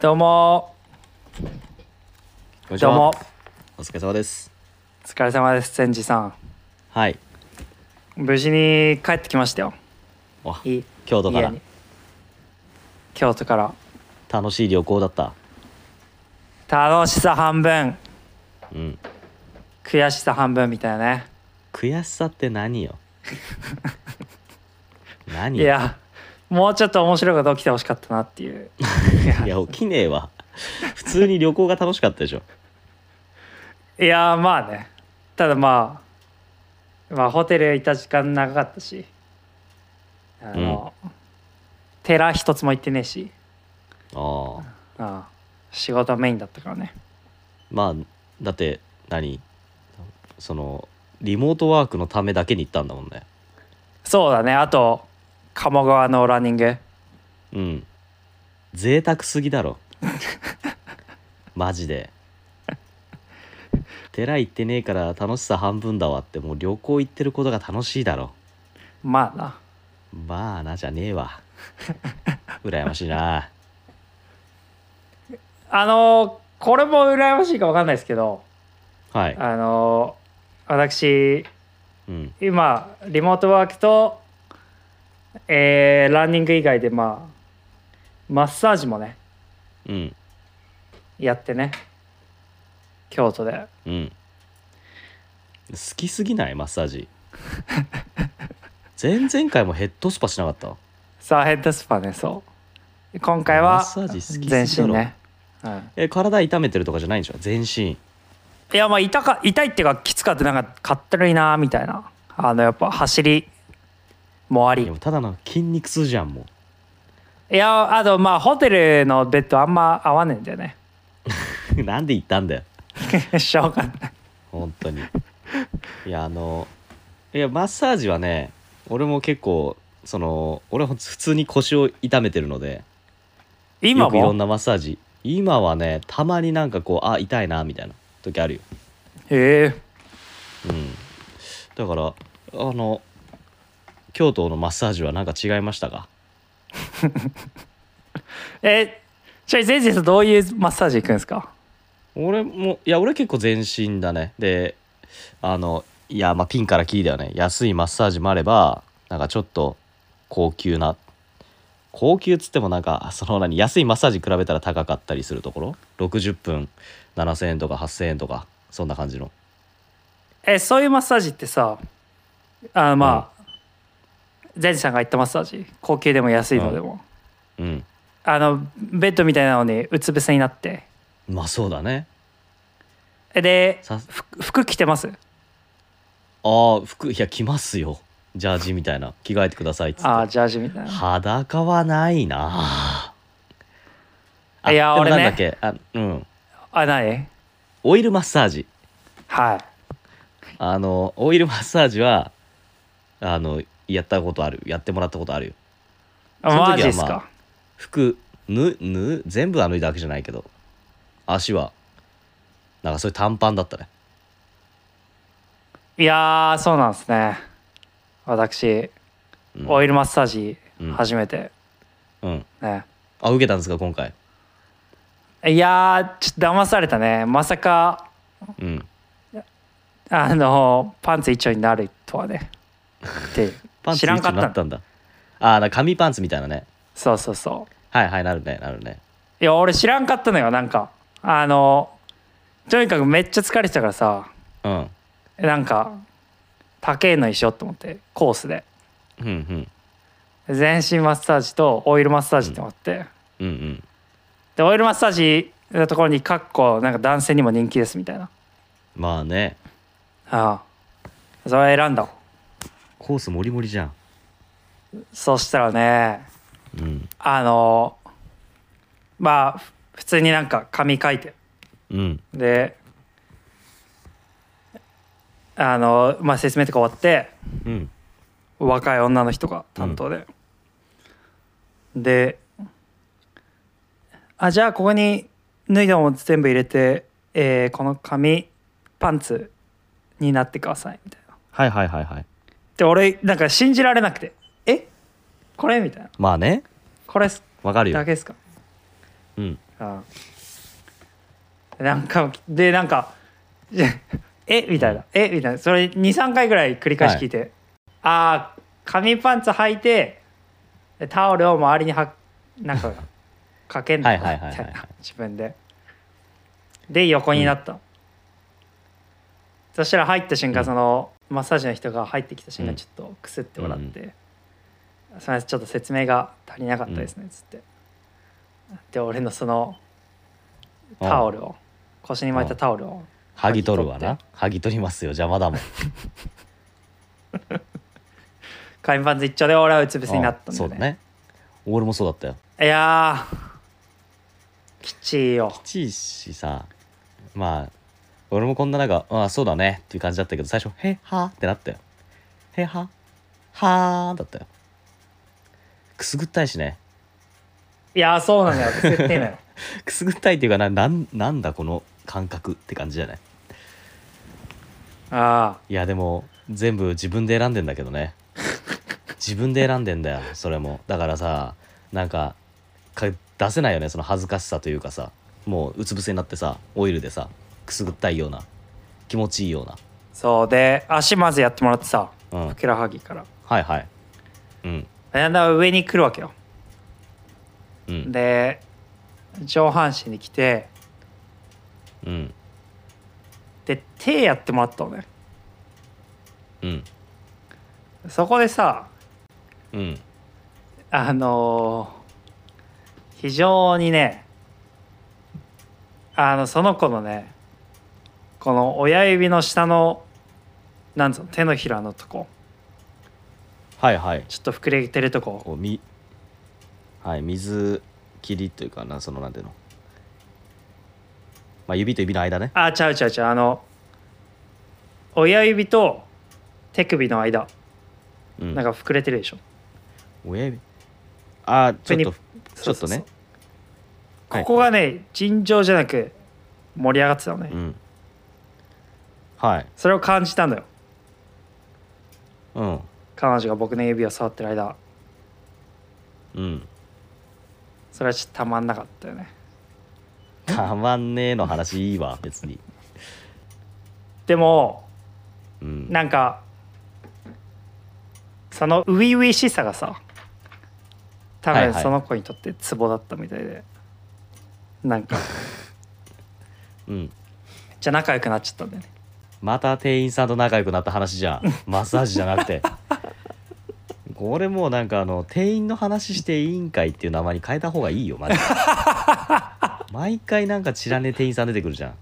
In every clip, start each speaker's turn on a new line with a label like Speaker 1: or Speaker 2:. Speaker 1: どうも
Speaker 2: こんにち
Speaker 1: どう
Speaker 2: は
Speaker 1: も
Speaker 2: お疲れ様です
Speaker 1: お疲れ様です千治さん
Speaker 2: はい
Speaker 1: 無事に帰ってきましたよ
Speaker 2: わ
Speaker 1: い
Speaker 2: 京都から
Speaker 1: 家に京都から
Speaker 2: 楽しい旅行だった
Speaker 1: 楽しさ半分
Speaker 2: うん
Speaker 1: 悔しさ半分みたいなね
Speaker 2: 悔しさって何 よ何
Speaker 1: いやもうちょっと面白いこと起きてほしかったなって いう
Speaker 2: いや起きねえわ普通に旅行が楽しかったでしょ
Speaker 1: いやーまあねただまあまあホテルいた時間長かったしあの、寺一つも行ってねえし
Speaker 2: ああ
Speaker 1: ああ仕事メインだったからね
Speaker 2: まあだって何そのリモートワークのためだけに行ったんだもんね
Speaker 1: そうだねあと鴨川のランニング
Speaker 2: うん贅沢すぎだろマジで寺行ってねえから楽しさ半分だわってもう旅行行ってることが楽しいだろ
Speaker 1: まあな
Speaker 2: まあなじゃねえわ羨ましいな
Speaker 1: あのこれも羨ましいか分かんないですけど
Speaker 2: はい
Speaker 1: あの私
Speaker 2: うん
Speaker 1: 今リモートワークと、えーランニング以外でまあマッサージもね
Speaker 2: うん
Speaker 1: やってね京都で
Speaker 2: うん好きすぎないマッサージ前々回もヘッドスパしなかった
Speaker 1: さあヘッドスパねそう今回
Speaker 2: マ
Speaker 1: は
Speaker 2: ッサージ好き
Speaker 1: 全
Speaker 2: すぎだ
Speaker 1: 身
Speaker 2: ろ
Speaker 1: ね、うん
Speaker 2: え体痛めてるとかじゃないんでしょ全身
Speaker 1: いやまあ痛か痛いっていうかきつかってなんかかったるいなみたいなあのやっぱ走りもあ
Speaker 2: い
Speaker 1: り
Speaker 2: やもうただの筋肉痛じゃんもう
Speaker 1: いやあとまあホテルのベッドあんま合わねえんだよね
Speaker 2: なんで行ったんだよ
Speaker 1: しょうがない
Speaker 2: 本当にいやあのいやマッサージはね俺も結構その俺は普通に腰を痛めてるので
Speaker 1: 今
Speaker 2: よくいろん
Speaker 1: も
Speaker 2: なマッサージ今はねたまになんかこうあ痛いなみたいな時あるよ
Speaker 1: へえ
Speaker 2: うんだからあの京都のマッサージはなんか違いましたか
Speaker 1: えちなみにゼンジさんどういうマッサージ行くんですか
Speaker 2: 俺もいや俺結構全身だねであのいやまあピンからキリだよね安いマッサージもあればなんかちょっと高級な高級っつってもなんかその何安いマッサージ比べたら高かったりするところ60分7000円とか8000円とかそんな感じの
Speaker 1: えそういうマッサージってさあのまあ、ゼンジさんが行ったマッサージ高級でも安いのでも、
Speaker 2: うん
Speaker 1: あのベッドみたいなのにうつ伏せになって
Speaker 2: まあそうだね
Speaker 1: えで
Speaker 2: さ
Speaker 1: 服服着てます
Speaker 2: ああ服いや着ますよジャージみたいな着替えてくださいっつって
Speaker 1: ああジャージみたいな
Speaker 2: 裸はないなあ
Speaker 1: いや
Speaker 2: でも
Speaker 1: 俺ね
Speaker 2: なんだっけあうん
Speaker 1: あない
Speaker 2: オイルマッサージ
Speaker 1: はい
Speaker 2: あのオイルマッサージはあのやったことあるやってもらったことあるよ
Speaker 1: あ
Speaker 2: その時は
Speaker 1: マジですか、
Speaker 2: まあ服ぬぬ全部は脱いだわけじゃないけど足はなんかそういう短パンだったね
Speaker 1: いやーそうなんですね私、
Speaker 2: うん
Speaker 1: オイルマッサージ
Speaker 2: うん
Speaker 1: 初めて、
Speaker 2: うん
Speaker 1: ね
Speaker 2: あ受けたんですか今回
Speaker 1: いやーちょっと騙されたねまさか
Speaker 2: うん
Speaker 1: あのパンツ一丁になるとはねって
Speaker 2: パンツ
Speaker 1: 知らんか
Speaker 2: 一丁にな
Speaker 1: っ
Speaker 2: ったたんだあーなんか紙パンツみたいなね
Speaker 1: そうそうそう
Speaker 2: はいはいなるねなるね
Speaker 1: いや俺知らんかったのよなんかあのとにかくめっちゃ疲れてたからさ
Speaker 2: うん
Speaker 1: なんか高えのにしようと思ってコースで
Speaker 2: うんうん
Speaker 1: 全身マッサージとオイルマッサージって思って、
Speaker 2: うんうん
Speaker 1: でオイルマッサージのところに「かっこなんか男性にも人気です」みたいな
Speaker 2: まあね
Speaker 1: ああそれ選んだ
Speaker 2: コースもりもりじゃん
Speaker 1: そしたらね
Speaker 2: うん
Speaker 1: あのまあふ普通になんか紙書いて
Speaker 2: うん
Speaker 1: であのまあ説明とか終わって
Speaker 2: うん
Speaker 1: 若い女の人が担当で、であじゃあここに脱いだもの全部入れて、えーこの紙パンツになってくださいみたいな
Speaker 2: はいはいはいはい
Speaker 1: で俺なんか信じられなくて「えこれ?」みたいな
Speaker 2: まあね
Speaker 1: 「これす
Speaker 2: わかる
Speaker 1: だ
Speaker 2: よ
Speaker 1: けですか?」
Speaker 2: うん
Speaker 1: うん、なんかでなんか いや「えみたいな「えみたいなそれ23回ぐらい繰り返し聞いて、ああ紙パンツ履いてでタオルを周りにはなん かかけんのかみ
Speaker 2: は
Speaker 1: た
Speaker 2: い
Speaker 1: い
Speaker 2: はいはいはいはい
Speaker 1: な自分でで横になった、そしたら入った瞬間、
Speaker 2: うん
Speaker 1: そのマッサージの人が入ってきた瞬
Speaker 2: う
Speaker 1: 間
Speaker 2: ん
Speaker 1: ちょっとくすって笑って、すみませんちょっと説明が足りなかったですね、つってで俺のそのタオ
Speaker 2: ル
Speaker 1: ルを腰に巻いたタオルを
Speaker 2: 剥ぎ取るわ
Speaker 1: 剥ぎ取
Speaker 2: な剥ぎ取りますよ邪魔だもん
Speaker 1: 紙パンツ一丁で俺はうつ伏せになったんだ
Speaker 2: そ
Speaker 1: よ
Speaker 2: う
Speaker 1: ね
Speaker 2: だね俺もそうだったよ
Speaker 1: いやーきちいよ
Speaker 2: ちいしさまあ俺もこんななんか「ああそうだね」っていう感じだったけど最初「へはー」ってなったよ「へははー」だったよくすぐったいしね
Speaker 1: いやーそうなのよ設定 なのよ
Speaker 2: くすぐったいっていうかななんなんだこの感覚って感じじゃない
Speaker 1: あ
Speaker 2: いやでも全部自分で選んでんだけ どね自分で選んでんだよそれもだからさなんかか出せないよねその恥ずかしさというかさもううつ伏せになってさオイルでさくすぐったいような気持ちいいよう
Speaker 1: ーそうで足まずやってもらってさ
Speaker 2: なうん
Speaker 1: ふくらはぎから
Speaker 2: はいはいうん
Speaker 1: だんだん上に来るわけよ
Speaker 2: うん
Speaker 1: で上半身に来て
Speaker 2: うん
Speaker 1: で手やってもらったのね
Speaker 2: うん
Speaker 1: そこでさ
Speaker 2: うん
Speaker 1: あのー非常にねあのその子のねこの親指の下のなんつうの手のひらのとこ
Speaker 2: はいはい
Speaker 1: ちょっと膨れてるとこ
Speaker 2: こうみはい水切りというかなそのなんていうのまあ指と指の間ね
Speaker 1: あちゃうちゃうちゃうあの親指と手首の間
Speaker 2: うん
Speaker 1: なんか膨れてるでしょ、
Speaker 2: 親指あーちょっとち
Speaker 1: そ
Speaker 2: ょ
Speaker 1: う
Speaker 2: っ
Speaker 1: そうそ
Speaker 2: と
Speaker 1: う
Speaker 2: ね
Speaker 1: ここがね、尋常じゃなく盛り上がってたのね、
Speaker 2: うんはい
Speaker 1: それを感じたんだよ
Speaker 2: うん
Speaker 1: 彼女が僕の指を触ってる間
Speaker 2: うん
Speaker 1: それはちょっとたまんなかったよね
Speaker 2: たまんねえの話いいわ別に
Speaker 1: でも
Speaker 2: うん
Speaker 1: なんかその初々しさがさ多
Speaker 2: はい
Speaker 1: 分
Speaker 2: はい
Speaker 1: その子にとってツボだったみたいで、なんか
Speaker 2: うん
Speaker 1: めっちゃ仲良くなっちゃったんだよね
Speaker 2: また店員さんと仲良くなった話じゃん マッサージじゃなくてこれもうなんかあの店員の話して委員会っていう名前に変えた方がいいよ マジで毎回なんか知らねえ店員さん出てくるじゃ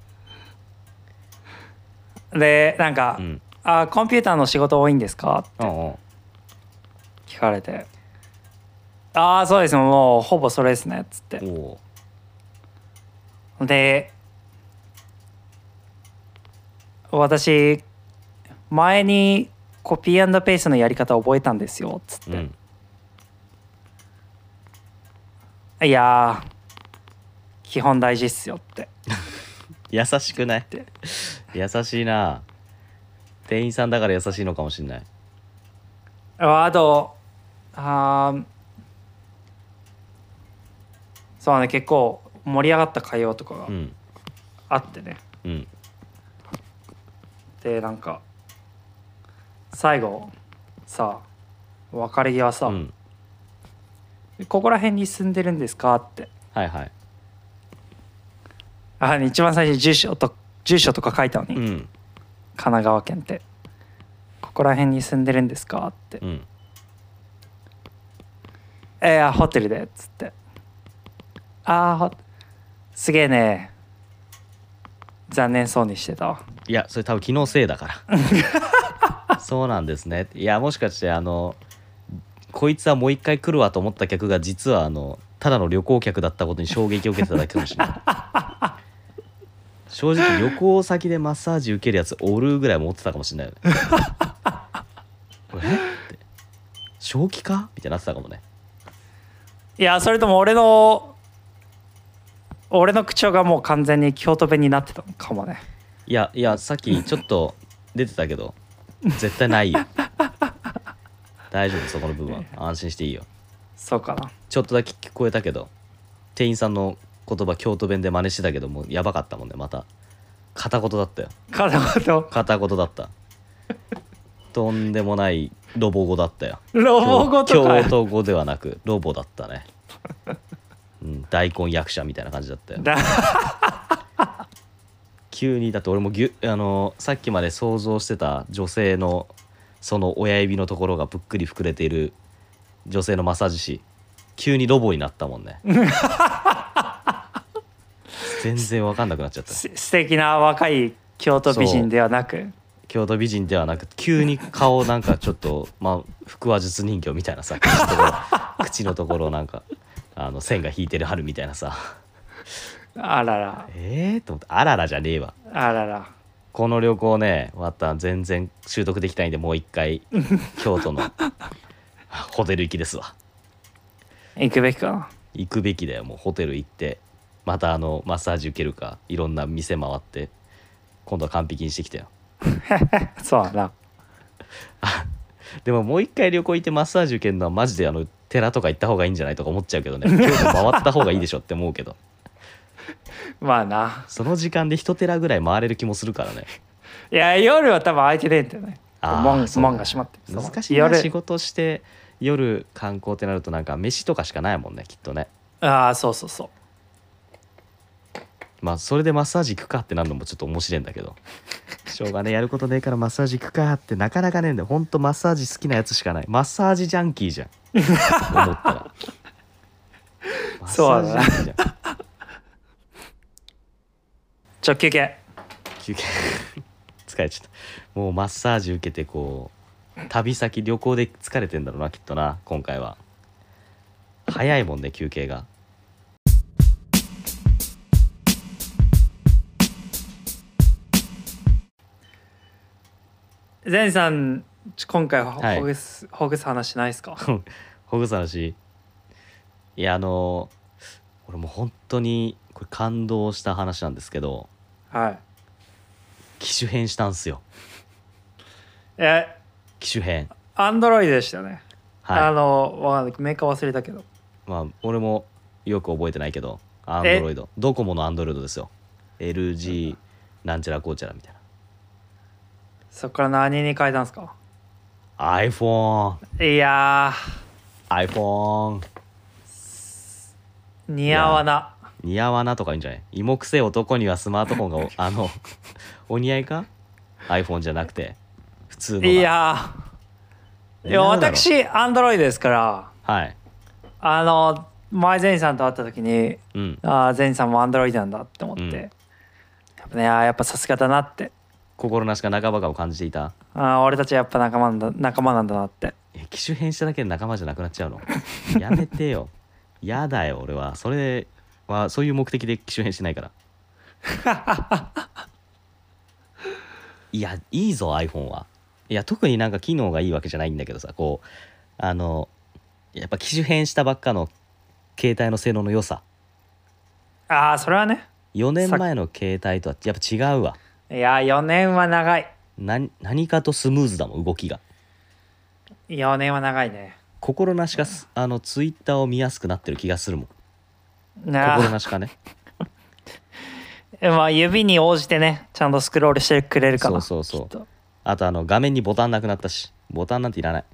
Speaker 1: でなんか、
Speaker 2: んうん
Speaker 1: あ「コンピューターの仕事多いんですか?
Speaker 2: うんうん」
Speaker 1: 聞かれて「ああそうですもうほぼそれですね」っつって
Speaker 2: おお
Speaker 1: で私前にコピーペーストのやり方覚えたんですよっつって
Speaker 2: う、ん
Speaker 1: いやー基本大事っすよって
Speaker 2: 優しくない
Speaker 1: て
Speaker 2: 優しいな店員さんだから優しいのかもしんない
Speaker 1: ああとあーそうね結構盛り上がった会話とかが
Speaker 2: うん
Speaker 1: あってね、
Speaker 2: うん
Speaker 1: でなんか最後さ別れ際さ、
Speaker 2: うん
Speaker 1: ここら辺に住んでるんですか?」って
Speaker 2: はいはい
Speaker 1: あ一番最初に住所と住所とか書いたのに、
Speaker 2: う
Speaker 1: 神
Speaker 2: ん
Speaker 1: 奈川県って「ここら辺に住んでるんですか?」って
Speaker 2: うん
Speaker 1: 「えー、ホテルで」っつって「ああすげえね残念そうにしてたわ
Speaker 2: いやそれ多分気のせいだからそうなんですねいやもしかしてあのこいつはもう一回来るわと思った客が実はあのただの旅行客だったことに衝撃を受けてただけかもしれない正直旅行先でマッサージ受けるやつおるぐらい持ってたかもしれないよねえって正気かみたいになってたかもね
Speaker 1: いやそれとも俺の俺の口調がもう完全に京都弁になってたのかもね
Speaker 2: いやいやさっきちょっと出てたけど絶対ないよ大丈夫そこの部分は安心していいよ
Speaker 1: そうかな
Speaker 2: ちょっとだけ聞こえたけど店員さんの言葉京都弁で真似してたけどもうやばかったもんねまた片言だったよ
Speaker 1: 片言
Speaker 2: 片言だったとんでもないロボ語だったよ
Speaker 1: ロボ語とか
Speaker 2: 京京都語ではなくロボだったね、うん、大根役者みたいな感じだったよ
Speaker 1: だ
Speaker 2: 急にだって俺もぎゅあのさっきまで想像してた女性のその親指のところがぷっくり膨れている女性のマッサージ師急にロボになったもんね全然わかんなくなっちゃった
Speaker 1: す素敵な若い京都美人ではなく
Speaker 2: 京都美人ではなく急に顔なんかちょっとまあ腹話術人形みたいなさ口のところ口のところなんかあの線が引いてる春みたいなさ
Speaker 1: あらら
Speaker 2: えー、と思ってあららじゃねえわ
Speaker 1: あらら
Speaker 2: この旅行ねまた全然習得できたいんでもう一 回京都のホテル行きですわ
Speaker 1: 行くべきかな
Speaker 2: 行くべきだよもうホテル行ってまたあのマッサージ受けるかいろんな店回って今度は完璧にしてきたよ
Speaker 1: そうだな
Speaker 2: でももう一回旅行行ってマッサージ受けるのはマジであの寺とか行った方がいいんじゃないとか思っちゃうけどね京都回った方がいいでしょって思うけど
Speaker 1: まあな
Speaker 2: その時間で一寺ぐらい回れる気もするからね
Speaker 1: いや夜は多分空いてねえんだよね
Speaker 2: あー
Speaker 1: 門
Speaker 2: そうだ
Speaker 1: 門が閉まってる
Speaker 2: 難しいな
Speaker 1: 夜
Speaker 2: 仕事して夜観光ってなるとなんか飯とかしかないもんねきっとね
Speaker 1: ああそうそうそう
Speaker 2: まあそれでマッサージ行くかってなるのもちょっと面白いんだけどしょうがねえやることねえからマッサージ行くかってなかなかねえんだよほんとマッサージ好きなやつしかないマッサージジャンキーじゃん思ったらマッサージジャンキーじゃん
Speaker 1: 直球系
Speaker 2: 休憩疲れちゃったもうマッサージ受けてこう旅先旅行で疲れてんだろうなきっとな今回は早いもんね休憩が
Speaker 1: 善さんち今回ほ
Speaker 2: はい
Speaker 1: ほぐす、ほぐす話ないですか
Speaker 2: ほぐさのしいやあの俺もう本当にこれ感動した話なんですけど
Speaker 1: はい
Speaker 2: 機種変したんすよ
Speaker 1: え
Speaker 2: 機種変
Speaker 1: アンドロイドでしたね、あ
Speaker 2: は
Speaker 1: のわかんないメーカー忘れたけど
Speaker 2: いまあ俺もよく覚えてないけどアンドロイドドコモのアンドロイドですよ LG なんちゃらこうちゃらみたいな
Speaker 1: そこから何に変えたんですか
Speaker 2: iPhone
Speaker 1: いや
Speaker 2: iPhone
Speaker 1: ー似合わな
Speaker 2: 似合わなとか言うんじゃない芋くせえ男にはスマートフォン がおあのお似合いか iPhone じゃなくて普通のが
Speaker 1: いやーいや
Speaker 2: 似合うだろ
Speaker 1: 私アンドロイドですから
Speaker 2: はい
Speaker 1: あの前善さんと会った時に
Speaker 2: うん
Speaker 1: ああ善さんもアンドロイドなんだって思って、
Speaker 2: うん
Speaker 1: やっぱねあーやっぱさすがだなって
Speaker 2: 心なしか半ばかを感じていた
Speaker 1: あー俺たちはやっぱ仲間なんだ仲間なんだなって
Speaker 2: え機種変しただけで仲間じゃなくなっちゃうの やめてよやだよ俺はそれはそういう目的で機種変してないからいやいいぞ iPhone はいや特になんか機能がいいわけじゃないんだけどさこうあのやっぱ機種変したばっかの携帯の性能の良さ
Speaker 1: ああそれはね
Speaker 2: 4年前の携帯とはやっぱ違うわ
Speaker 1: いやー4年は長い
Speaker 2: 何何かとスムーズだもん動きが
Speaker 1: 4年は長いね
Speaker 2: 心なしかすあのツイッターを見やすくなってる気がするもん
Speaker 1: な
Speaker 2: 心
Speaker 1: あ
Speaker 2: なしかね
Speaker 1: まあ指に応じてねちゃんとスクロールしてくれるかな
Speaker 2: そうそうそう
Speaker 1: きっ
Speaker 2: あとあの画面にボタンなくなったしボタンなんていらない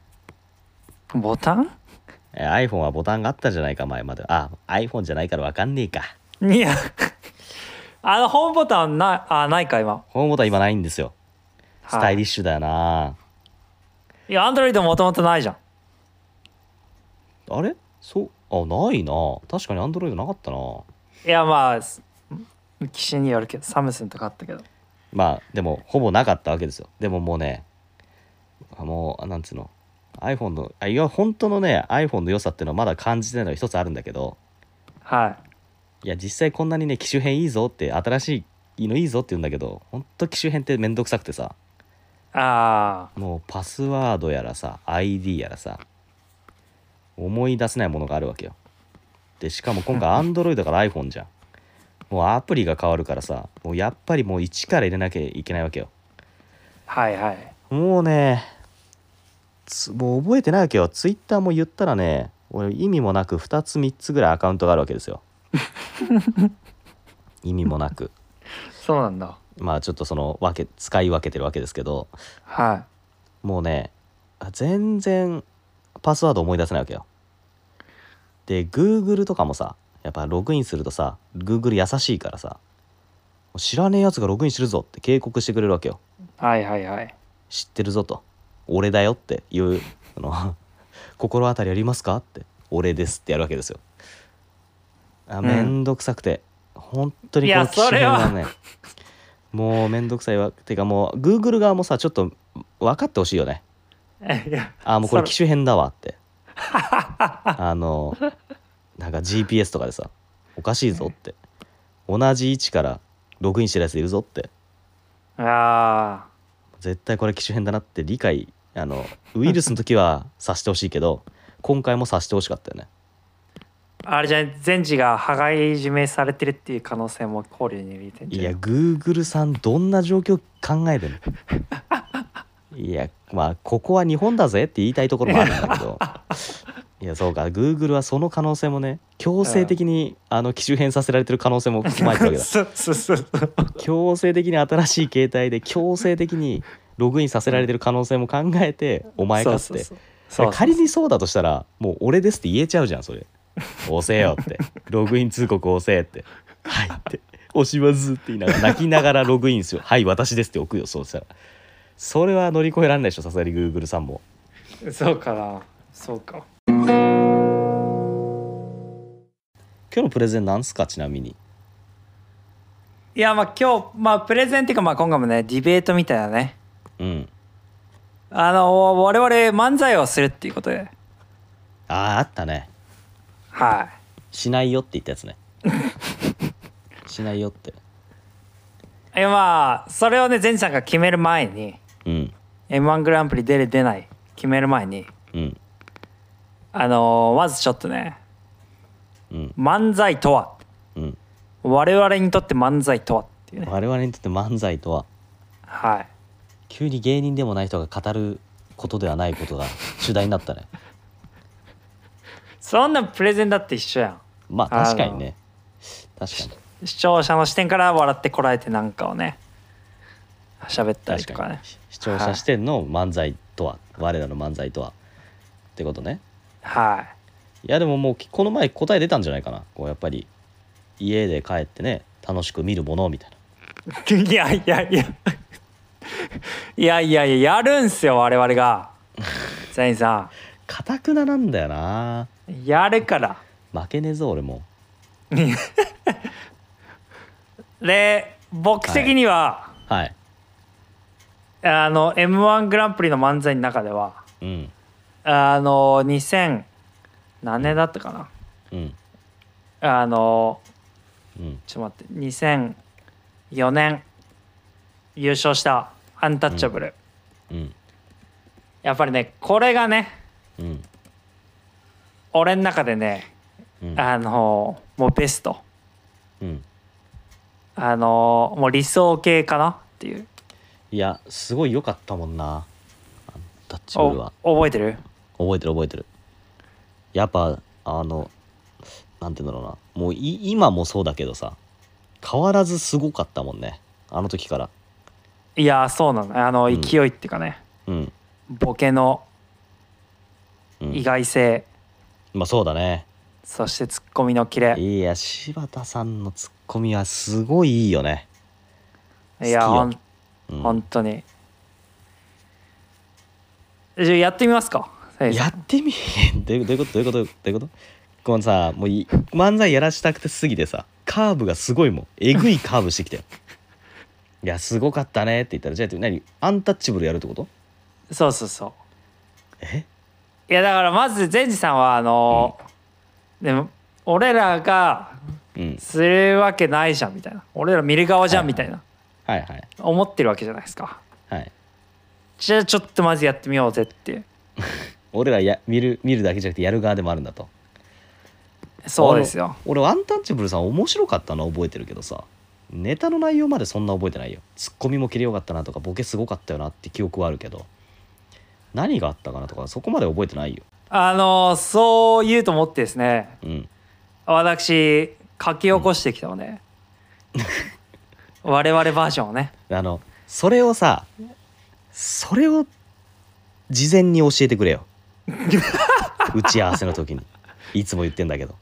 Speaker 1: とボタン
Speaker 2: えー iPhone はボタンがあったじゃないか前まであ iPhone じゃないからわかんねえか
Speaker 1: いや あのホームボタンなあないか今
Speaker 2: ホームボタン今ないんですよスタイリッシュだよな、
Speaker 1: いやアンドロイドもともとないじゃん
Speaker 2: あれそうあないな確かに Android なかったない
Speaker 1: やまあす機種によるけどサムスンとかあったけど
Speaker 2: まあでもほぼなかったわけですよでももうねあもうあなんつうの iPhone のあいや本当のね iPhone の良さっていうのはまだ感じてないのが一つあるんだけど
Speaker 1: はい
Speaker 2: や実際こんなにね機種変いいぞって新しいのいいぞって言うんだけどほんと機種変ってめんどくさくてさ
Speaker 1: いあ
Speaker 2: もうパスワードやらさ ID やらさ思い出せないものがあるわけよでしかも今回 Android だから iPhone じゃんもうアプリが変わるからさもうやっぱりもう一から入れなきゃいけないわけよ
Speaker 1: あはいはい
Speaker 2: もうねつもう覚 えてないわけよ Twitter も言ったらね俺意味もなく2つ3つぐらいアカウントがあるわけですよ意味もなく
Speaker 1: そうなんだ
Speaker 2: まあちょっとその分け使い分けてるわけですけど
Speaker 1: は
Speaker 2: もうねあ全然パスワード思い出せないわけよで Google とかもさやっぱログインするとさ Google 優しいからさ知らねえやつがログインしてるぞって警告してくれるわけよ
Speaker 1: いはいはいはい
Speaker 2: 知ってるぞと俺だよっていうあの 心当たりありますかって俺ですってやるわけですよあ
Speaker 1: うん
Speaker 2: めんどくさくて、本当に
Speaker 1: いや
Speaker 2: 機種
Speaker 1: それは
Speaker 2: 変ねもうめんどくさいわてかもう Google 側もさちょっと分かってほしいよね
Speaker 1: いや
Speaker 2: あもうこれ
Speaker 1: それ
Speaker 2: 機種変だわって あのなんか GPS とかでさおかしいぞって同じ位置からログインしてるやついるぞって
Speaker 1: あ
Speaker 2: 絶対これ機種変だなって理解あのウイルスの 時は察してほしいけど今回も察してほしかったよね
Speaker 1: ーあれじゃない全治が羽がいじめされてるっていう可能性も考慮に入れてんじ
Speaker 2: い
Speaker 1: ゃな
Speaker 2: や
Speaker 1: い
Speaker 2: Google さんどんな状況考え てんのいやまあここは日本だぜって言いたいところもあるんだけ どいやそうか Google はその可能性もね強制的にあの機種変させられてる可能性も踏まえてるわけ だ
Speaker 1: そうそうそうそう
Speaker 2: 強制的に新しい携帯で強制的にログインさせられてる可能性も考えてお前かって
Speaker 1: そうそう
Speaker 2: そ
Speaker 1: そう
Speaker 2: れ仮にそうだとしたらもう俺ですって言えちゃうじゃん それ押せよってログイン通告押せってはいって押しますって言いながら泣きながらログインするはい私ですって置くよそうしたらそれは乗り越えられないでしょさすがに Google さんも
Speaker 1: そうかなそうか
Speaker 2: 今日のプレゼンなんすかちなみに
Speaker 1: いやまあ今日まあプレゼンっていうかまあ今回もねディベートみたいなね
Speaker 2: うん
Speaker 1: あの我々漫才をするっていうことで
Speaker 2: あああったね
Speaker 1: はい
Speaker 2: しないよって言った やつねしないよって
Speaker 1: えまあそれをね善治さんが決める前に
Speaker 2: うん
Speaker 1: m 1グランプリ出る出ない決める前に
Speaker 2: うん
Speaker 1: あのーまずちょっとね
Speaker 2: うん
Speaker 1: 漫才とは
Speaker 2: うん
Speaker 1: 我々にとって漫才とはっていうね
Speaker 2: 我々にとって漫才とは
Speaker 1: はい
Speaker 2: 急に芸人でもない人が語ることではないことが主題になったね
Speaker 1: そんなプレゼンだって一緒やん
Speaker 2: まあ
Speaker 1: あの
Speaker 2: 確かにね確かに
Speaker 1: 視聴者の視点から笑ってこられてなんかをね喋ったり
Speaker 2: 確
Speaker 1: と
Speaker 2: か
Speaker 1: か
Speaker 2: に
Speaker 1: ね
Speaker 2: 視聴者視点の漫才とは、我らの漫才とはってことね
Speaker 1: はい
Speaker 2: やでももうきこの前答え出たんじゃないかなこうやっぱり家で帰ってね楽しく見るものみたいない
Speaker 1: いやいやいやいやいやいややるんすよ我々が善治さ
Speaker 2: かたくななんだよなん
Speaker 1: やるから
Speaker 2: 負けねえぞ俺も
Speaker 1: で僕的には、
Speaker 2: はい
Speaker 1: あの m 1グランプリの漫才の中では
Speaker 2: うん
Speaker 1: あの2000何年だったかな、
Speaker 2: うん
Speaker 1: あの
Speaker 2: うん
Speaker 1: ちょっと待って2004年優勝したアンタッチャブル、
Speaker 2: うん
Speaker 1: やっぱりねこれがね
Speaker 2: うん
Speaker 1: 俺の中でね
Speaker 2: うん
Speaker 1: あのもうベスト
Speaker 2: うん
Speaker 1: あのもう理想系かなっていう
Speaker 2: いやすごい良かったもんなあのダッチブルは
Speaker 1: お覚えてる
Speaker 2: 覚えてる覚えてるやっぱあのなんて言うんだろうなもうい今もそうだけどさ変わらずすごかったもんねあの時から
Speaker 1: いやそうなのあの
Speaker 2: うん
Speaker 1: 勢いっていうかね、
Speaker 2: うん、
Speaker 1: ボケの
Speaker 2: うん、
Speaker 1: 意外性、
Speaker 2: まあそうだね
Speaker 1: そしてツッコミのキレ
Speaker 2: いや柴田さんのツッコミはすごいいいよね、好き
Speaker 1: いや
Speaker 2: よ
Speaker 1: ほん
Speaker 2: うん
Speaker 1: 本当にじゃあやってみますかせいさん
Speaker 2: やってみどういうことどういうことどういうことこのさもうい漫才やらしたくてすぎてさカーブがすごいもんえぐいカーブし てきたよいやすごかったねって言ったらじゃあ何アンタッチブルやるってこと
Speaker 1: そうそうそう
Speaker 2: え
Speaker 1: いやだからまず善治さんはあのー、でも俺らが
Speaker 2: うん
Speaker 1: するわけないじゃんみたいな俺ら見る側じゃんみたいな
Speaker 2: はいはい
Speaker 1: 思ってるわけじゃないですか
Speaker 2: はい
Speaker 1: じゃあちょっとまずやってみようぜって
Speaker 2: 俺らや見る見るだけじゃなくてやる側でもあるんだと
Speaker 1: そうですよ
Speaker 2: あの俺アンタッチャブルさん面白かったのは覚えてるけどさネタの内容までそんな覚えてないよツッコミも切れよかったなとかボケすごかったよなって記憶はあるけど何があったかなとかそこまで覚えてないよ
Speaker 1: あのーそう言うと思ってですね
Speaker 2: うん
Speaker 1: 私書き起こしてきたのね、我々バージョンをね
Speaker 2: あのそれをさそれを事前に教えてく れよ打ち合わせの時にいつも言ってんだけど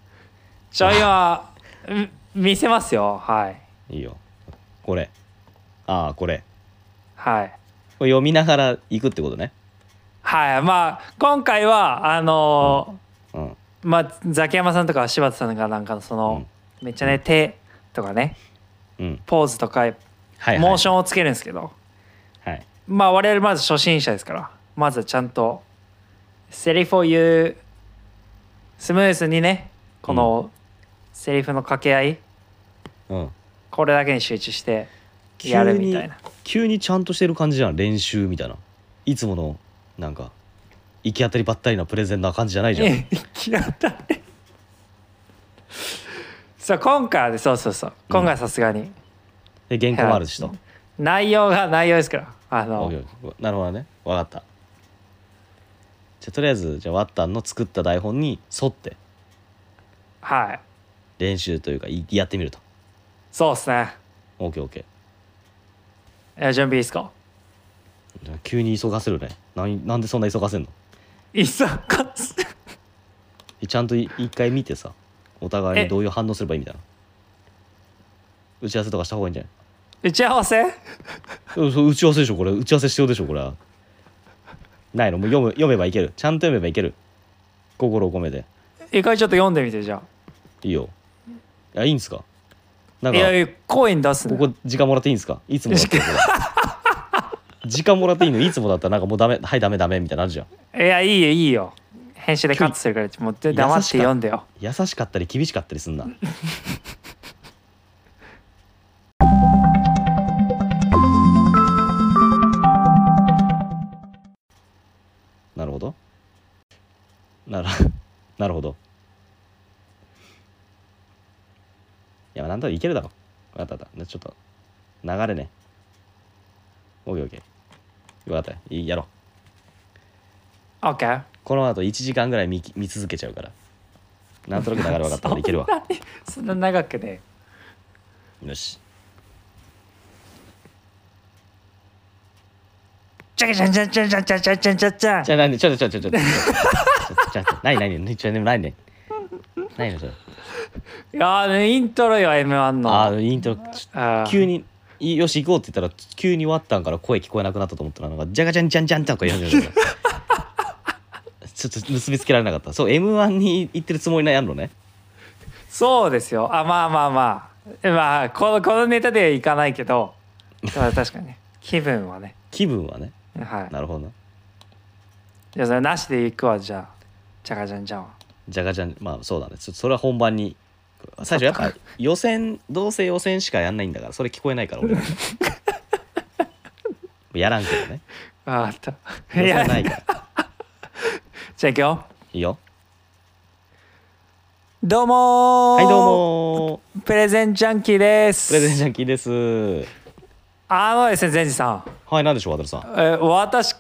Speaker 1: じゃあ今ん見せますよはい
Speaker 2: いいよこれああこれ
Speaker 1: はい
Speaker 2: これ読みながら行くってことね
Speaker 1: はいまあ今回はあの
Speaker 2: うん
Speaker 1: ーまあザキヤマさんとか柴田さんがなんかその、めっちゃね手とかね
Speaker 2: うん
Speaker 1: ポーズとか
Speaker 2: はい、はい、
Speaker 1: モーションをつけるんですけど、
Speaker 2: はい
Speaker 1: まあ我々まず初心者ですからまずちゃんとセリフを言うスムーズにねこのセリフの掛け合い、
Speaker 2: うん
Speaker 1: これだけに集中して
Speaker 2: 急に
Speaker 1: やるみたいな
Speaker 2: 急にちゃんとしてる感じじゃん練習みたいないつものなんか行き当たりばったりなプレゼンな感じじゃないじゃん、
Speaker 1: え気が当たりそう今回はねそうそうそう今回はさすがに
Speaker 2: で原稿もあるしと
Speaker 1: 内容が内容ですからあ
Speaker 2: お
Speaker 1: の
Speaker 2: いおいなるほどね分かったじゃあとりあえずじゃあワッタンの作った台本に沿って
Speaker 1: はい
Speaker 2: 練習というかいやってみると
Speaker 1: そうですね
Speaker 2: OKOK
Speaker 1: え準備いいっすか
Speaker 2: 急に急がせるねなんなんでそんな急がせんの
Speaker 1: いっそかす
Speaker 2: ちゃんとい一回見てさお互い
Speaker 1: え
Speaker 2: にどういう反応すればいいみたいな打ち合わせとかした方がいいんじゃない
Speaker 1: 打ち合わせ
Speaker 2: うんそう打ち合わせでしょこれ打ち合わせ必要でしょこれはないのもう読む読めばいけるちゃんと読めばいける心を込めて
Speaker 1: 一回ちょっと読んでみてじゃ
Speaker 2: いいよあいいんすかな
Speaker 1: あ
Speaker 2: ん
Speaker 1: い
Speaker 2: か
Speaker 1: やいや声に出すね
Speaker 2: ここ時間もらっていいんですかいつもだったらこ れ時間もらっていいのいつもだったらなんかもうダメはいダメダメみたいになるじゃん
Speaker 1: いやいいよいいよ編集でカットするからもう黙って読んでよ
Speaker 2: 優しかったり厳しかったりすんななるほどなるなるほどいやなんとかいけるだろわかったわかったちょっと流れねオッケーオッケーよかったいいやろう
Speaker 1: OK
Speaker 2: この後1時間ぐらい見き見続けちゃうからなんとなく流れ分かったからいけるわ
Speaker 1: そんな長くね
Speaker 2: よし
Speaker 1: じゃんじゃんじゃんじゃんじゃんじゃんじゃんじゃんじゃんじゃん
Speaker 2: じゃあ何ちょちょちょちょちょちょちょちょ何何ちょでも何ね何のそれ
Speaker 1: いやーイントロよ M1 の
Speaker 2: あーイントロちょ
Speaker 1: あー
Speaker 2: 急にいよし行こうって言ったら急に終わったんから声聞こえなくなったと思ったらなんかジャガジャンジャンジャンとか言い始めたからちょっと結びつけられなかったそう M1 に行ってるつもりなんやんのね
Speaker 1: そうですよあまあまあまあえまあこのこのネタではいかないけどまあ確かにね気分はね
Speaker 2: 気分はね
Speaker 1: はい
Speaker 2: なるほどな
Speaker 1: じゃあそれなしでいくわじゃあじゃがじゃんじゃんは
Speaker 2: ジャガジャンまあそうだねそそれは本番に最初やっぱ予選どうせ予選しかやんないんだからそれ聞こえないから俺はやらんけどね
Speaker 1: ああった
Speaker 2: 予
Speaker 1: いや
Speaker 2: 選
Speaker 1: じゃ
Speaker 2: な
Speaker 1: あ
Speaker 2: いから
Speaker 1: 行くよ
Speaker 2: いいよ
Speaker 1: どうも
Speaker 2: は
Speaker 1: はい
Speaker 2: どうも
Speaker 1: プレゼンジャンキーです
Speaker 2: プレゼンジャンキーですは
Speaker 1: あのですね善治さん
Speaker 2: い何でしょう渡るさんあ
Speaker 1: えー私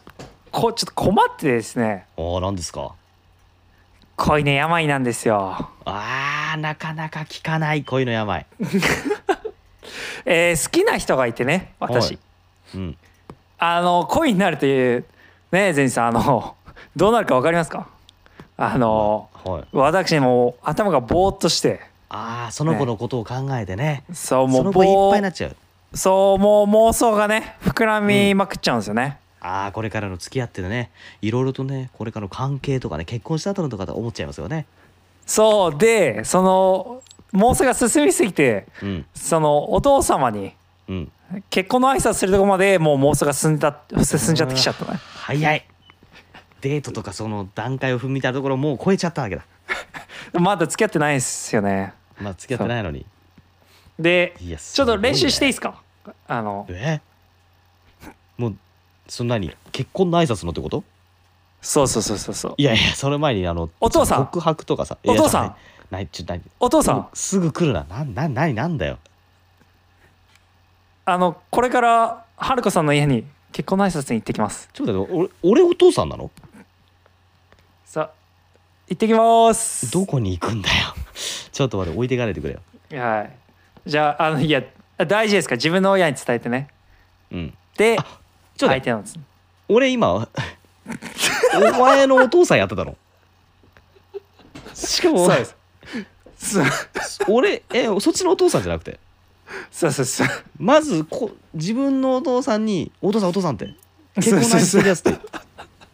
Speaker 1: こちょっと困ってですね
Speaker 2: ー何ですか
Speaker 1: 恋の病なんですよ、
Speaker 2: あーなかなか聞かない恋の病
Speaker 1: えー好きな人がいてね
Speaker 2: は
Speaker 1: 私
Speaker 2: いうん
Speaker 1: あの恋になるというねゼニさんあのどうなるか分かりますかあの
Speaker 2: はい
Speaker 1: 私もう頭がぼーっとして
Speaker 2: ああその子のことを考えてね
Speaker 1: そうも
Speaker 2: そうの子いっ
Speaker 1: ぼ
Speaker 2: ぱいにな
Speaker 1: ー
Speaker 2: っちゃう
Speaker 1: そうもう妄想がね膨らみまくっちゃうんですよね、
Speaker 2: ああこれからの付き合ってのねいろいろとねこれからの関係とかね結婚した後のとかと思っちゃいますよね
Speaker 1: そうでその妄想が進みすぎて
Speaker 2: うん
Speaker 1: そのお父様に
Speaker 2: うん
Speaker 1: 結婚の挨拶するとこまでもう妄想が進んだ進んじゃってきちゃったね
Speaker 2: 早いデートとかその段階を踏みたいなところをもう超えちゃったわけだ
Speaker 1: まだ付き合ってないですよね
Speaker 2: まあ付き合ってないのに
Speaker 1: で
Speaker 2: いや
Speaker 1: ちょっと練習していいですかあの
Speaker 2: えもうそんなに結婚の挨拶のってこと
Speaker 1: そうそうそうそうそう
Speaker 2: いやいやその前にあの
Speaker 1: お父さん
Speaker 2: 告白とかさ
Speaker 1: お父さん
Speaker 2: いやないないちょない
Speaker 1: お父さん
Speaker 2: すぐ来るななんなんないなんだよ
Speaker 1: あのこれから春子さんの家に結婚の挨拶に行ってきます
Speaker 2: ちょっと待って俺俺お父さんなの
Speaker 1: さあ行ってきます
Speaker 2: どこに行くんだよちょっと待って置いていかないでくれよ
Speaker 1: はいじゃああのいや大事ですから自分の親に伝えてね
Speaker 2: うん
Speaker 1: で
Speaker 2: ちょっと待
Speaker 1: 相
Speaker 2: って
Speaker 1: 手のつ
Speaker 2: 俺今お前のお父さんやってたのしかも
Speaker 1: そうですそう
Speaker 2: 俺えそっちのお父さんじゃなくて
Speaker 1: そうそうそう
Speaker 2: まずこ自分のお父さんに「お父さんお父さん」って結
Speaker 1: そう
Speaker 2: 婚の
Speaker 1: そう
Speaker 2: 話
Speaker 1: そ
Speaker 2: す
Speaker 1: う
Speaker 2: るやつって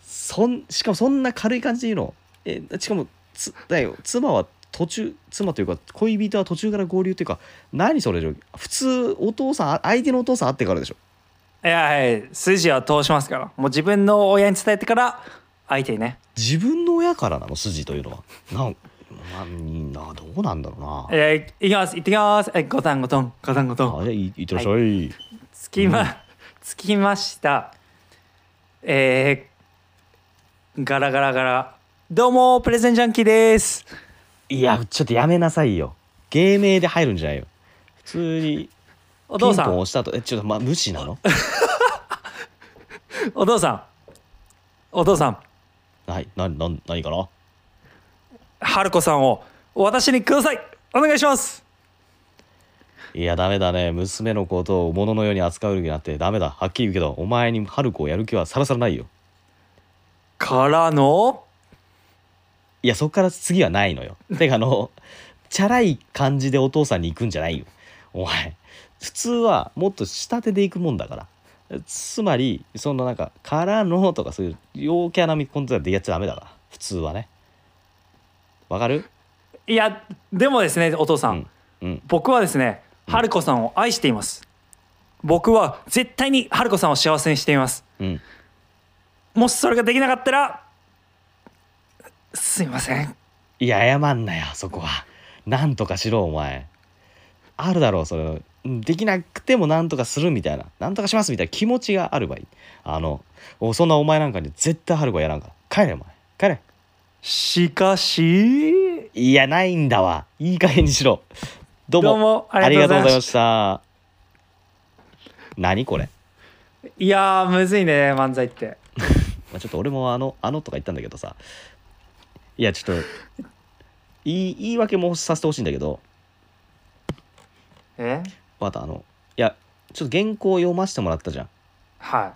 Speaker 2: そんしかもそんな軽い感じで言うのえしかもつだよ妻は途中妻というか恋人は途中から合流というか何それじゃ普通お父さん相手のお父さん会ってからでしょ
Speaker 1: いやはい筋は通しますからもう自分の親に伝えてから相手にね
Speaker 2: 自分の親からなの筋というのはなんなんなどうなんだろうな
Speaker 1: えー、いきます行ってきますえごたんごとんごたんごとん
Speaker 2: あじゃあいいってらっしゃい、
Speaker 1: つきま、つきましたえー、ガラガラガラどうもプレゼンジャンキーです
Speaker 2: いやちょっとやめなさいよ芸名で入るんじゃないよ普通に
Speaker 1: お父さ
Speaker 2: ピンポン
Speaker 1: ん
Speaker 2: 押したとえちょっとま無視なの
Speaker 1: お父さんお父さん
Speaker 2: はいなな何かな
Speaker 1: 春子さんを私にくださいお願いします
Speaker 2: いやダメだね娘のことを物のように扱うようになってダメだはっきり言うけどお前に春子をやる気はさらさらないよ
Speaker 1: からの
Speaker 2: いやそっから次はないのよてかあのチャラい感じでお父さんに行くんじゃないよお前普通はもっと下手で行くもんだからつまりそのなんか「からの」とかそういう陽キャなみコントでやっちゃダメだから普通はねわかる
Speaker 1: いやでもですねお父さん、
Speaker 2: うんうん
Speaker 1: 僕はですね春子さんを愛しています僕は絶対に春子さんを幸せにしています
Speaker 2: うん
Speaker 1: もしそれができなかったらすいません
Speaker 2: いや謝んなよそこはなんとかしろお前あるだろうそれうんできなくてもなんとかするみたいななんとかしますみたいな気持ちがあればいいあのおそんなお前なんかに絶対春子はやらんから帰れお前帰れ
Speaker 1: しかし
Speaker 2: いやないんだわいい加減にしろどうも
Speaker 1: どうも
Speaker 2: あ
Speaker 1: あ
Speaker 2: り
Speaker 1: り
Speaker 2: が
Speaker 1: がと
Speaker 2: とう
Speaker 1: う
Speaker 2: ご
Speaker 1: ご
Speaker 2: ざ
Speaker 1: ざいま
Speaker 2: いまし
Speaker 1: した
Speaker 2: 何これ、
Speaker 1: いやーむずいね漫才って
Speaker 2: まあ、ちょっと俺もあのあのとか言ったんだけどさいやちょっと言い言い訳もさせてほしいんだけど
Speaker 1: え
Speaker 2: またあのいやちょっと原稿を読ませてもらったじゃん
Speaker 1: は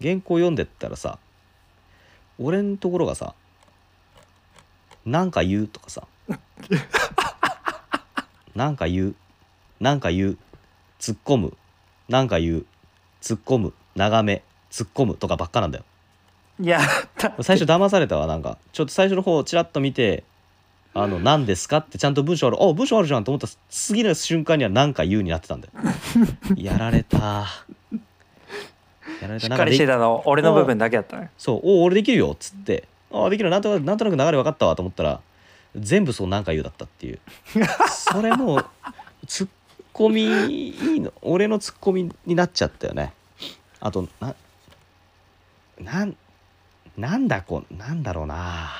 Speaker 2: 原稿読んでったらさ俺のところがさ「なんか言う」とかさ「なんか言う」「なんか言う」「突っ込む」「なんか言う」「突っ込む」「眺め」「突っ込む」とかばっかなんだよ
Speaker 1: いいやた
Speaker 2: 最初騙されたわなんかちょっと最初の方をチラッと見て「あの何ですか?」ってちゃんと文章ある「あ文章あるじゃん」と思ったら次の瞬間には「なんか言う」になってたんだよやられたやられ
Speaker 1: したっかりしてたの俺の部分だけだったね
Speaker 2: そう「お俺できるよ」っつって「あできるなんとなくなんとなく流れ分かったわ」と思ったら全部そうなんか言うだったっていうそれもう ツッコミいいの俺のツッコミになっちゃったよねあとななんなんだこなんだろうな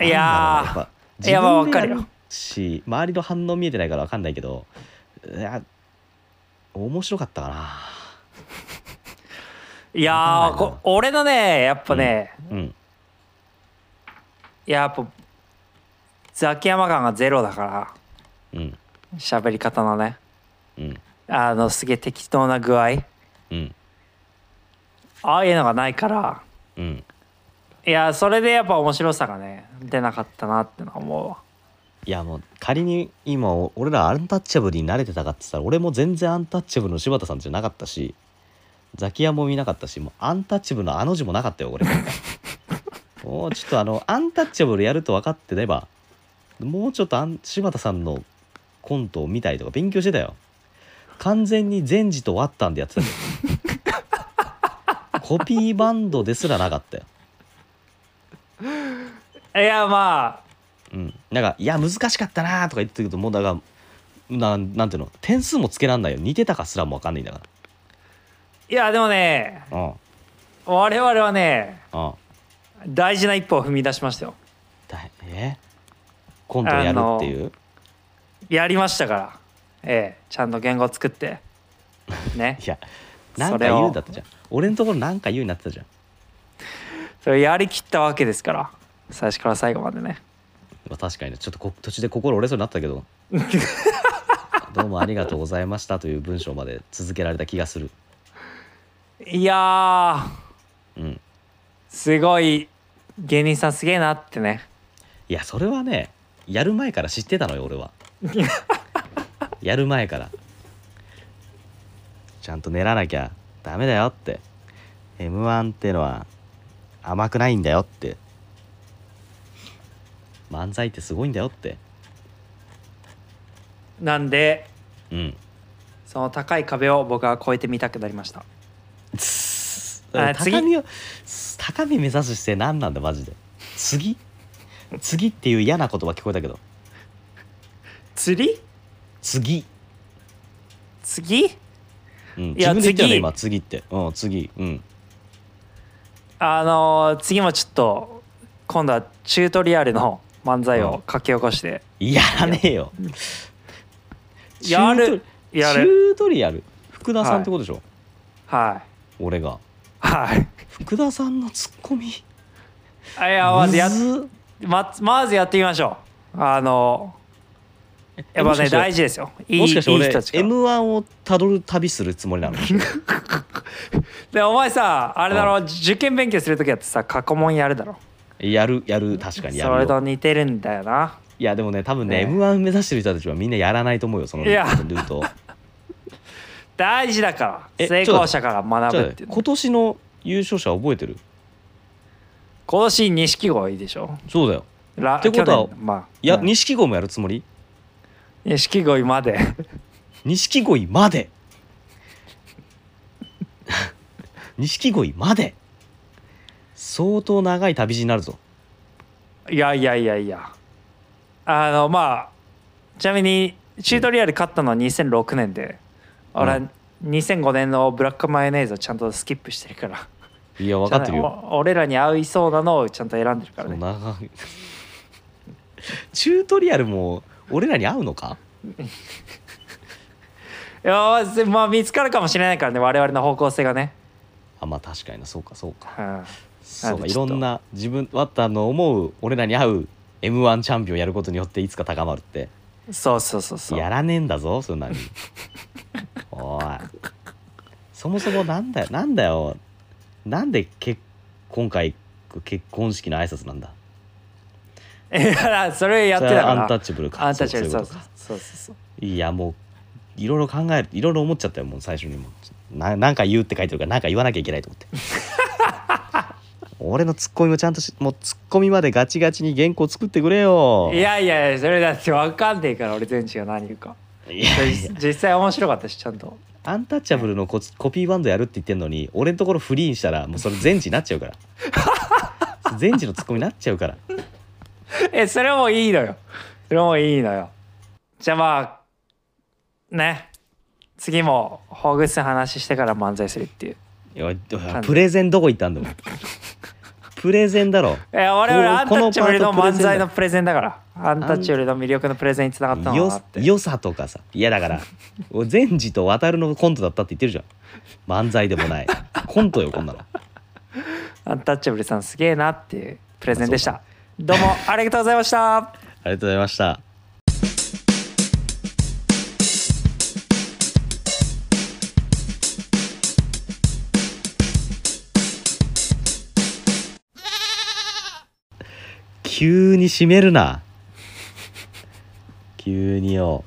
Speaker 2: い
Speaker 1: や
Speaker 2: なんだろうなやっぱ
Speaker 1: いやまあ
Speaker 2: 自分でやる
Speaker 1: わか
Speaker 2: し周りの反応見えてないから分かんないけどいや面白かったかない
Speaker 1: やーこ俺のねやっぱね、
Speaker 2: うん
Speaker 1: いややっぱザキヤマ感がゼロだから
Speaker 2: うん
Speaker 1: 喋り方のね
Speaker 2: うん
Speaker 1: あのすげえ適当な具合
Speaker 2: うん
Speaker 1: ああいうのがないから
Speaker 2: うん
Speaker 1: いやそれでやっぱ面白さがね出なかったなってのは思うわ
Speaker 2: いやもう仮に今お俺らアンタッチャブルに慣れてたかって言ったら俺も全然アンタッチャブルの柴田さんじゃなかったしザキヤも見なかったしもうアンタッチャブルのあの字もなかったよ俺もうちょっとあのアンタッチャブルやると分かってればもうちょっとあん柴田さんのコントを見たりとか勉強してたよ完全に前時とワッタンでやってたよコピーバンドですらなかったよ
Speaker 1: いやまあ
Speaker 2: うん、なんか「いや難しかったな」とか言ってたけどもうだからなんなんていうの点数もつけらんないよ似てたかすらも分かんないんだか
Speaker 1: いやでもね
Speaker 2: らうん
Speaker 1: 我々はね
Speaker 2: うん
Speaker 1: 大事な一歩を踏み出しましたよ
Speaker 2: だえコントやるっていう
Speaker 1: やりましたからええちゃんと言語作ってね
Speaker 2: いやなん
Speaker 1: そ
Speaker 2: か
Speaker 1: れを
Speaker 2: 言うだったじゃん俺のところなんか言うになってたじゃん
Speaker 1: それやりきったわけですから最初から最後までね
Speaker 2: まあ確かにねちょっとこ途中で心折れそうになったけどどうもありがとうございましたという文章まで続けられた気がする。
Speaker 1: いやー
Speaker 2: うん。
Speaker 1: すごい芸人さんすげえなってね
Speaker 2: いや、それはね、やる前から知ってたの よ、俺は。やる前から。ちゃんと練らなきゃダメだよって。M1 ってのは甘くないんだよって。漫才ってすごいんだよって。
Speaker 1: なんで
Speaker 2: うん。
Speaker 1: その高い壁を僕は越えてみたくなりましたあ次
Speaker 2: 高みを高み目指す姿勢何なんだマジで次次っていう嫌な言葉聞こえたけど
Speaker 1: 釣り
Speaker 2: 次、
Speaker 1: 次
Speaker 2: うん、
Speaker 1: いや
Speaker 2: 自分で言ったよね
Speaker 1: 次
Speaker 2: 今次ってうん次うん
Speaker 1: あのー次もちょっと今度はチュートリアルの漫才を書き起こして、
Speaker 2: やらねえよ
Speaker 1: やる
Speaker 2: チュートリ
Speaker 1: や
Speaker 2: チ
Speaker 1: る
Speaker 2: ュートリアル福田さんってことでしょ、
Speaker 1: はい
Speaker 2: 俺が
Speaker 1: はい
Speaker 2: 福田さんのツッコミ
Speaker 1: あいやまずや
Speaker 2: むず
Speaker 1: ままずやってみましょうあのーやっぱね大
Speaker 2: 事
Speaker 1: 事ですよいい
Speaker 2: もしかして俺
Speaker 1: いい人たちが
Speaker 2: m 1をたどる旅するつもりなの
Speaker 1: でお前さあれだろ、受験勉強する時だってさ過去問やるだろ
Speaker 2: やるやる確かにやる
Speaker 1: そ
Speaker 2: よ
Speaker 1: れと似てるんだよない
Speaker 2: やでもね多分ね
Speaker 1: ね
Speaker 2: m 1目指してる人たちはみんなやらないと思うよその
Speaker 1: い
Speaker 2: ル
Speaker 1: や
Speaker 2: ートを
Speaker 1: 大事だから
Speaker 2: え
Speaker 1: 成功者から
Speaker 2: じゃ
Speaker 1: 学ぶ
Speaker 2: あ
Speaker 1: っていうの
Speaker 2: 今年の優勝者覚えてる
Speaker 1: 今年錦鯉でしょ
Speaker 2: そうだよ
Speaker 1: ら
Speaker 2: ってことは
Speaker 1: 去年まあ
Speaker 2: いや
Speaker 1: うん
Speaker 2: 錦鯉もやるつもり
Speaker 1: 錦鯉まで
Speaker 2: 錦鯉まで錦鯉まで相当長い旅路になるぞ
Speaker 1: いやいやいやいやあのまあちなみにチュートリアル勝ったのは2006年で、
Speaker 2: うん
Speaker 1: 俺は2005年のブラックマヨネーズをちゃんとスキップしてるから
Speaker 2: いや分かってる
Speaker 1: じゃ
Speaker 2: よ
Speaker 1: ないお俺らに合いそうなのをちゃんと選んでるから
Speaker 2: そう
Speaker 1: ね
Speaker 2: 長い チュートリアルも俺らに合うのか
Speaker 1: いやーまあ見つかるかもしれないからね我々の方向性がね、
Speaker 2: あまあ確かになそうかそうか
Speaker 1: うん、
Speaker 2: そうか
Speaker 1: あ
Speaker 2: い
Speaker 1: ちょ
Speaker 2: ろ
Speaker 1: っと
Speaker 2: んな自分ワッタの思う俺らに合う m 1チャンピオンやることによっていつか高まるって
Speaker 1: そうそうそうそう
Speaker 2: やらねえんだぞそんなにおいそもそもなんだよなんだよなんで結今回結婚式の挨拶なんだ
Speaker 1: いやそれやってた
Speaker 2: それ
Speaker 1: か
Speaker 2: はア
Speaker 1: ら
Speaker 2: ンタッチブルか
Speaker 1: あんたち
Speaker 2: そう
Speaker 1: が
Speaker 2: そ
Speaker 1: そう
Speaker 2: いううこ
Speaker 1: そうそ
Speaker 2: とか
Speaker 1: うそう
Speaker 2: いやもういろいろ考えるいろいろ思っちゃったよもう最初にもうななんか言うって書いてるからなんか言わなきゃいけないと思って 俺のツッコミもちゃんとしもうツッコミまでガチガチに原稿作ってくれよ
Speaker 1: いやいやいやそれだって分かんねえから俺全知が何言うか
Speaker 2: いやいや
Speaker 1: 実実際面白かったしちゃんと
Speaker 2: アンタッチャブルのココピーバンドやるって言ってんのに俺のところフリーにしたらもうそれ全治になっちゃうから 全治のツッコミになっちゃうから
Speaker 1: えそれもいいのよそれもいいのよじゃあまあね次もほぐす話してから漫才するっていう
Speaker 2: いやプレゼンどこ行ったんだもんプレゼンだろ
Speaker 1: え俺
Speaker 2: こ
Speaker 1: らアンタッチャブルの
Speaker 2: このパート
Speaker 1: 漫才のプレゼンだからアンタッチャブルの魅力のプレゼンにつながったのかな
Speaker 2: よ
Speaker 1: って
Speaker 2: 良さとかさいやだから俺全治と渡るのコントだったって言ってるじゃん漫才でもないコントよこんなの
Speaker 1: アンタッチャブルさんすげえなっていうプレゼンでしたどうもありがとうございました
Speaker 2: ありがとうございました急に閉めるな急によ